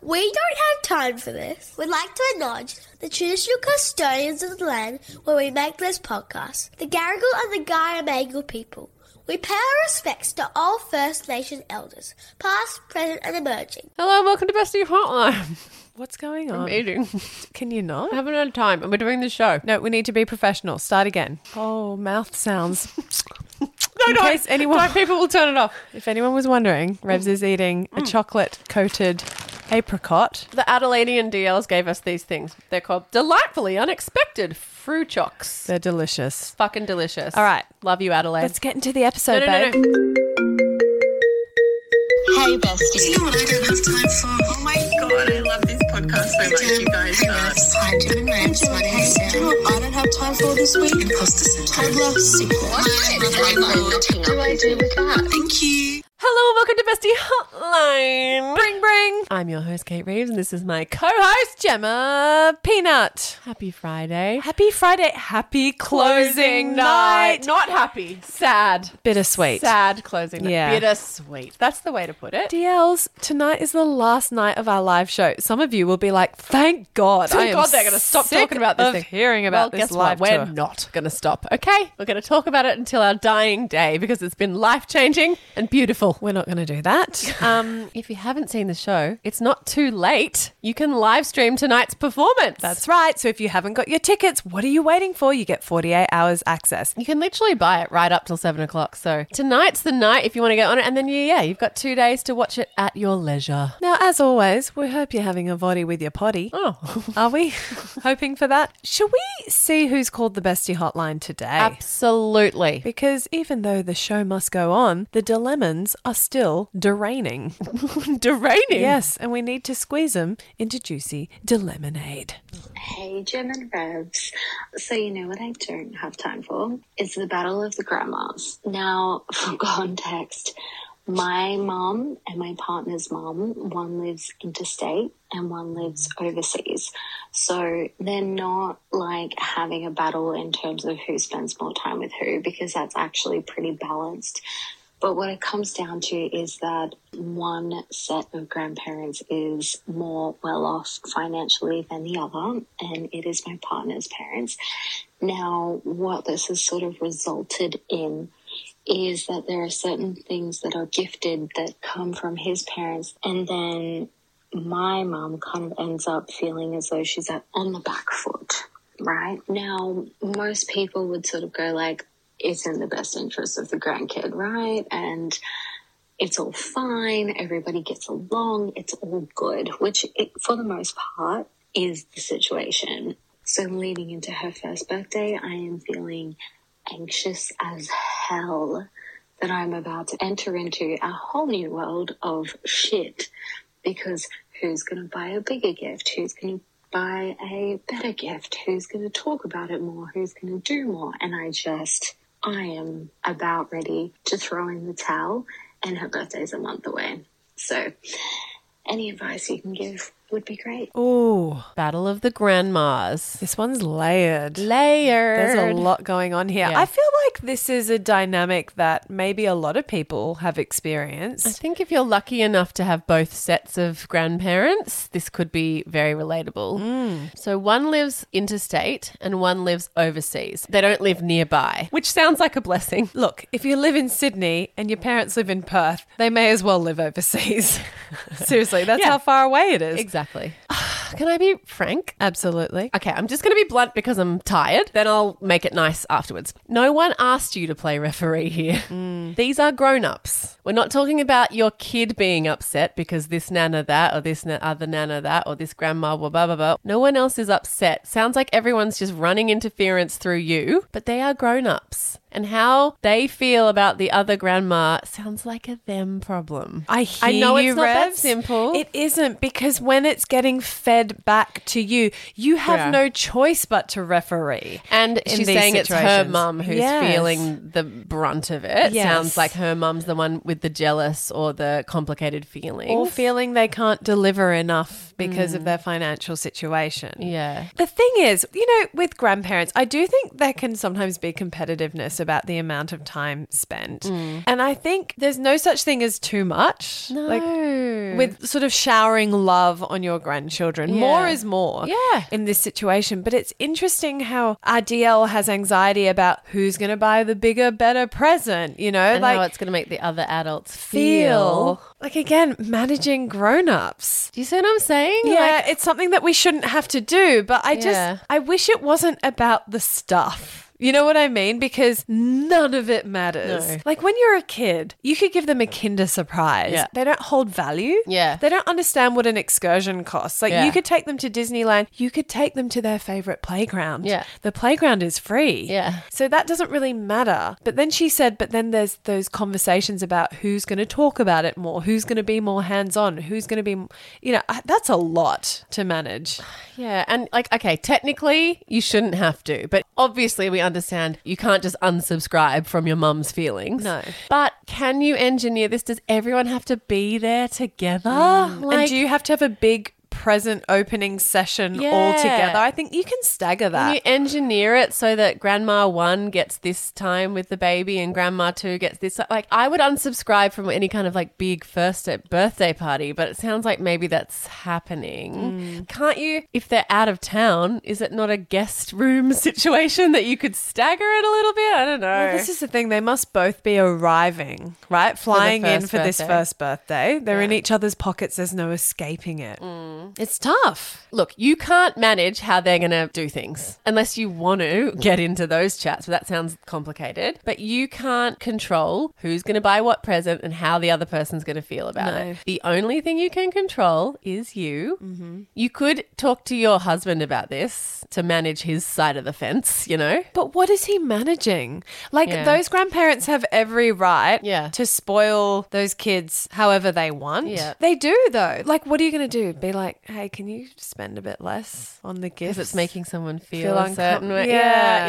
We don't have time for this. We'd like to acknowledge the traditional custodians of the land where we make this podcast, the Garigal and the Guyamagal people. We pay our respects to all First Nation elders, past, present, and emerging. Hello and welcome to Bestie Hotline. What's going on? eating. Can you not? I haven't had time and we're doing the show. No, we need to be professional. Start again. Oh, mouth sounds. In don't. case anyone, Don't, people will turn it off. if anyone was wondering, Revs is eating a chocolate coated apricot. The Adelaidean DLs gave us these things. They're called delightfully unexpected fruit chocks. They're delicious. Fucking delicious. All right. Love you, Adelaide. Let's get into the episode, no, no, no, babe. no. Hey, bestie. You know what I don't have time for? Oh my god, I love this podcast so much, you guys. Hey, Uh, Revs. Hi, Jim. My name's Maddie Hassan. You know what I don't have time for this week? Imposter syndrome. Toddler sickness. What am I looking do I do with that? Thank you. Hello and welcome to Bestie Hotline. Bring, bring. I'm your host, Kate Reeves, and this is my co host, Gemma Peanut. Happy Friday. Happy Friday. Happy closing, night. Not happy. Sad. Bittersweet. Sad closing night. Yeah. Bittersweet. That's the way to put it. DLs, tonight is the last night of our live show. Some of you will be like, "Thank God, I Thank am God they're going to stop sick talking about this of thing. hearing about well, this guess live what? We're tour. not going to stop. Okay, we're going to talk about it until our dying day because it's been life changing and beautiful. We're not going to do that. Um, if you haven't seen the show, it's not too late. You can live stream tonight's performance. That's right. So if you haven't got your tickets, what are you waiting for? You get 48 hours access. you can literally buy it right up till seven o'clock. So tonight's the night if you want to get on it, and then you, yeah, you've got two days to watch it at your leisure. Now, as always, we hope you're having a body with your potty. Oh, Are we hoping for that? Shall we see who's called the bestie hotline today? absolutely. because even though the show must go on, the dilemmas are still deraining. Deraining. Yes, and we need to squeeze them into juicy delemonade. Hey, Jim and Revs. So, you know what I don't have time for? It's the Battle of the Grandmas. Now, for context, my mom and my partner's mom, one lives interstate and one lives overseas. So, they're not like having a battle in terms of who spends more time with who because that's actually pretty balanced. But what it comes down to is that one set of grandparents is more well off financially than the other, and it is my partner's parents. Now, what this has sort of resulted in is that there are certain things that are gifted that come from his parents, and then my mum kind of ends up feeling as though she's at, on the back foot, right? Now, most people would sort of go like, it's in the best interest of the grandkid, right? And it's all fine, everybody gets along, it's all good, which it, for the most part is the situation. So, leading into her first birthday, I am feeling anxious as hell that I'm about to enter into a whole new world of shit because who's going to buy a bigger gift? Who's going to buy a better gift? Who's going to talk about it more? Who's going to do more? And I just, I am about ready to throw in the towel, and her birthday's a month away. So, any advice you can give would be great. Ooh, Battle of the Grandmas. this one's layered. Layered. There's a lot going on here. Yeah. I feel like this is a dynamic that maybe a lot of people have I experienced. think if you're lucky enough to have both sets of grandparents, this could be very relatable. So one lives interstate and one lives overseas. They don't live nearby, which sounds like a blessing. Look, if you live in Sydney and your parents live in Perth, they may as well live overseas. Seriously, that's Yeah. how far away it is. Exactly. Can I be frank? Absolutely. Okay, I'm just going to be blunt because I'm tired. Then I'll make it nice afterwards. No one asked you to play referee here. Mm. These are grown ups. We're not talking about your kid being upset because this nana that or this na- other nana that or this grandma blah blah blah. blah. No one else is upset. Sounds like everyone's just running interference through you, but they are grown ups. And how they feel about the other grandma sounds like a them problem. I hear know it's you, not that Revs. simple. It isn't because when it's getting fed back to you, you have Yeah. no choice but to referee. And in she's these saying it's her situations. mum who's Yes. feeling the brunt of it. Yes. Sounds like her mum's the one with the jealous or the complicated feelings. Mm. Or feeling they can't deliver enough because of their financial situation. Yeah. The thing is, you know, with grandparents, I do think there can sometimes be competitiveness about the amount of time spent. Mm. And I think there's no such thing as too much. No. Like with sort of showering love on your grandchildren. More Yeah. is more Yeah. in this situation. But it's interesting how RDL has anxiety about who's going to buy the bigger, better present, you know? And like how it's going to make the other adults feel. feel like again managing grown-ups Do you see what I'm saying? yeah it's something that we shouldn't have to do but i Yeah. just i wish it wasn't about the stuff you know what I mean? Because none of it matters. No. Like when you're a kid, you could give them a kinder surprise. Yeah. They don't hold value. Yeah. They don't understand what an excursion costs. Like Yeah. you could take them to Disneyland, you could take them to their favorite playground. Yeah. The playground is free. Yeah. So that doesn't really matter. But then she said, but then there's those conversations about who's going to talk about it more, who's going to be more hands on, who's going to be, you know, I- that's a lot to manage. Yeah, and like, okay, technically you shouldn't have to, but obviously we understand you can't just unsubscribe from your mum's feelings. No. But can you engineer this? Does everyone have to be there together? Mm. and do you have to have a big present opening session all Yeah. together? I think you can stagger that. Can you engineer it so that grandma one gets this time with the baby and grandma two gets this? Like, I would unsubscribe from any kind of like big first at birthday party, but it sounds like maybe that's happening. Mm. Can't you, if they're out of town, is it not a guest room situation that you could stagger it a little bit? I don't know. Well, this is the thing. They must both be arriving, right? Flying in first for this birthday. first birthday. They're in each other's pockets. There's no escaping it. It's tough. Look, you can't manage how they're going to do things unless you want to get into those chats, but that sounds complicated. But you can't control who's going to buy what present and how the other person's going to feel about it. The only thing you can control is you. Mm-hmm. You could talk to your husband about this to manage his side of the fence, you know? But what is he managing? Like Yeah. those grandparents have every right Yeah. to spoil those kids however they want. Yeah. They do though. Like what are you going to do? Be like, "Hey, can you spend a bit less on the If gifts?" it's making someone feel, Feel a certain uncom- way. Yeah.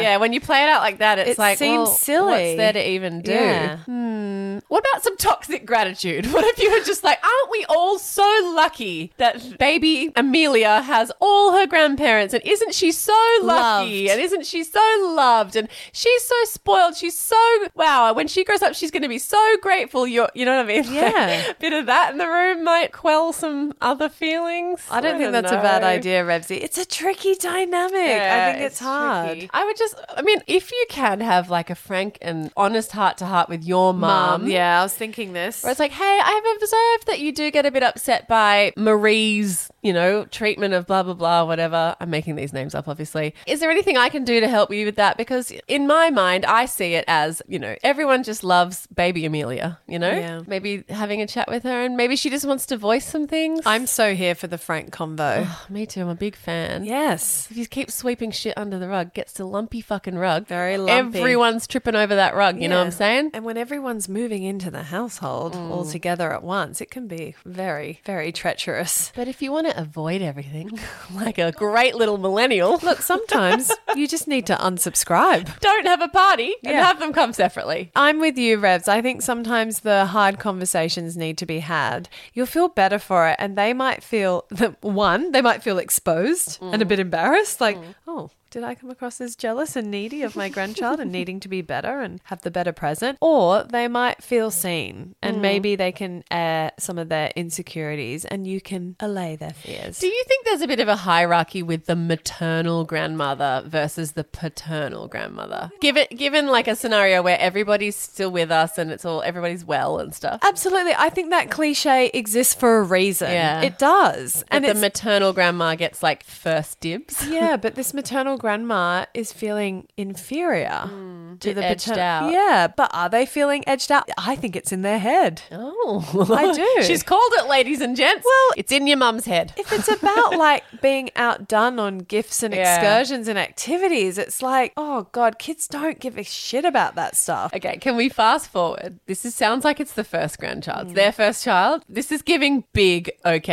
Yeah. yeah. When you play it out like that, it's It like, well, seems silly. What's there to even do? Yeah. Hmm. What about some toxic gratitude? What if you were just like, aren't we all so lucky that baby Amelia has all her grandparents and isn't she so lucky? Loved. And isn't she so loved? And she's so spoiled. She's so, wow, when she grows up, she's going to be so grateful. You're, you know what I mean? Like, Yeah. bit of that in the room might quell some other feelings. I don't think that's a bad know. idea, Revsy. It's a tricky dynamic. I Yeah, think it's, tricky. hard. I would just, I mean, if you can have like a frank and honest heart to heart with your mum. Mom, yeah, I was thinking this. Where it's like, hey, I have observed that you do get a bit upset by Marie's, you know, treatment of blah, blah, blah, whatever. I'm making these names up, obviously. Is there anything I can do to help you with that? Because in my mind, I see it as, you know, everyone just loves baby Amelia, you know? Yeah. Maybe having a chat with her and maybe she just wants to voice some things. I'm so here for the frank convo. me too. I'm a big fan. yes. If you keep sweeping shit under the rug, gets to lumpy fucking rug. Very lumpy. Everyone's tripping over that rug. You know what Yeah. I'm saying? Mm. And when everyone's moving into the household all together at once, it can be very, very treacherous. But if you want to avoid everything, like a great little millennial, Look, sometimes you just need to unsubscribe. don't have a party and Yeah. have them come separately. I'm with you, Revs. I think sometimes the hard conversations need to be had. You'll feel better for it, and they might feel that one, they might feel exposed Mm. and a bit embarrassed, like, oh, did I come across as jealous and needy of my grandchild and needing to be better and have the better present? Or they might feel seen and Mm. maybe they can air some of their insecurities and you can allay their fears. Do you think there's a bit of a hierarchy with the maternal grandmother versus the paternal grandmother? Given given like a scenario where everybody's still with us and it's all everybody's well and stuff. Absolutely. I think that cliche exists for a reason. Yeah. It does. And the it's maternal grandma gets like first dibs. Yeah, but this maternal grandma is feeling inferior to the edged paternal. out. Yeah, but are they feeling edged out? I think it's in their head. Oh, I do. She's called it, ladies and gents. Well- it's in your mum's head. If it's about like being outdone on gifts and Yeah. excursions and activities, it's like, oh God, kids don't give a shit about that stuff. Okay, can we fast forward? This is, sounds like it's the first grandchild, Mm. It's their first child. This is giving big OKE,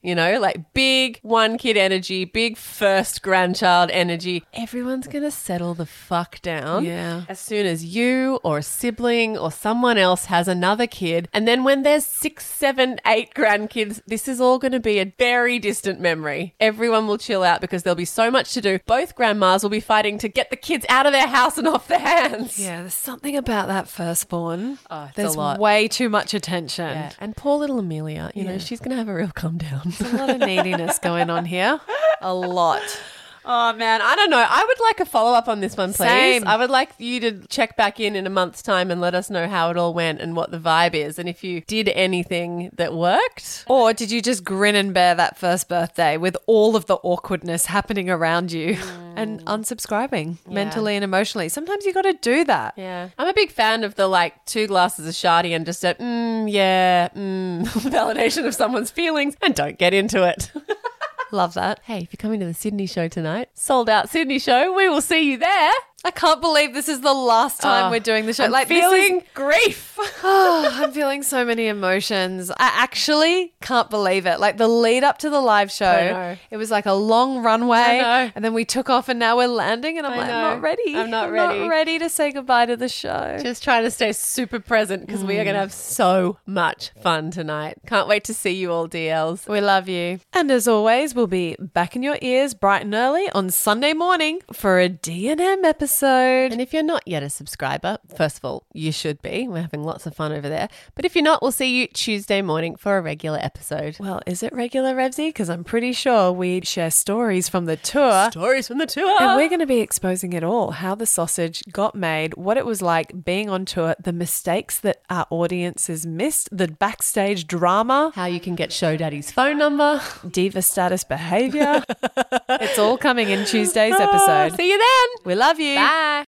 you know, like big one kid energy, big first grandchild energy. Everyone's gonna settle the fuck down. Yeah. As soon as you or a sibling or someone else has another kid, and then when there's six, seven, eight grandkids, this is all going to be a very distant memory. Everyone will chill out because there'll be so much to do. Both grandmas will be fighting to get the kids out of their house and off their hands. Yeah, there's something about that firstborn. Oh, it's a there's lot. way too much attention. Yeah, And poor little Amelia, you know, she's going to have a real come down. A lot of neediness going on here. A lot. Oh man, I don't know. I would like a follow up on this one, please. Same. I would like you to check back in in a month's time and let us know how it all went and what the vibe is, and if you did anything that worked. Or did you just grin and bear that first birthday with all of the awkwardness happening around you Mm. and unsubscribing mentally and emotionally? Sometimes you got to do that. Yeah, I'm a big fan of the like two glasses of shardy and just a mm, yeah, mm, validation of someone's feelings, and don't get into it. Love that. hey, if you're coming to the Sydney show tonight, sold out Sydney show, we will see you there. I can't believe this is the last time Oh, we're doing the show. I'm like this is- feeling grief. oh, I'm feeling so many emotions. I actually can't believe it. Like the lead up to the live show, know. it was like a long runway, I know. and then we took off, and now we're landing, and I'm I like, know. I'm not ready. I'm not ready. to say goodbye to the show. Just trying to stay super present because we are going to have so much fun tonight. Can't wait to see you all, DLs. we love you. And as always, we'll be back in your ears bright and early on Sunday morning for a DNM episode. And if you're not yet a subscriber, first of all, you should be. We're having lots of fun over there. But if you're not, we'll see you Tuesday morning for a regular episode. Well, is it regular, Revsy? Because I'm pretty sure we share stories from the tour. Stories from the tour. And we're going to be exposing it all how the sausage got made, what it was like being on tour, the mistakes that our audiences missed, the backstage drama, How you can get Show Daddy's phone number. diva status behavior. it's all coming in Tuesday's Ah, episode. see you then. We love you. Bye.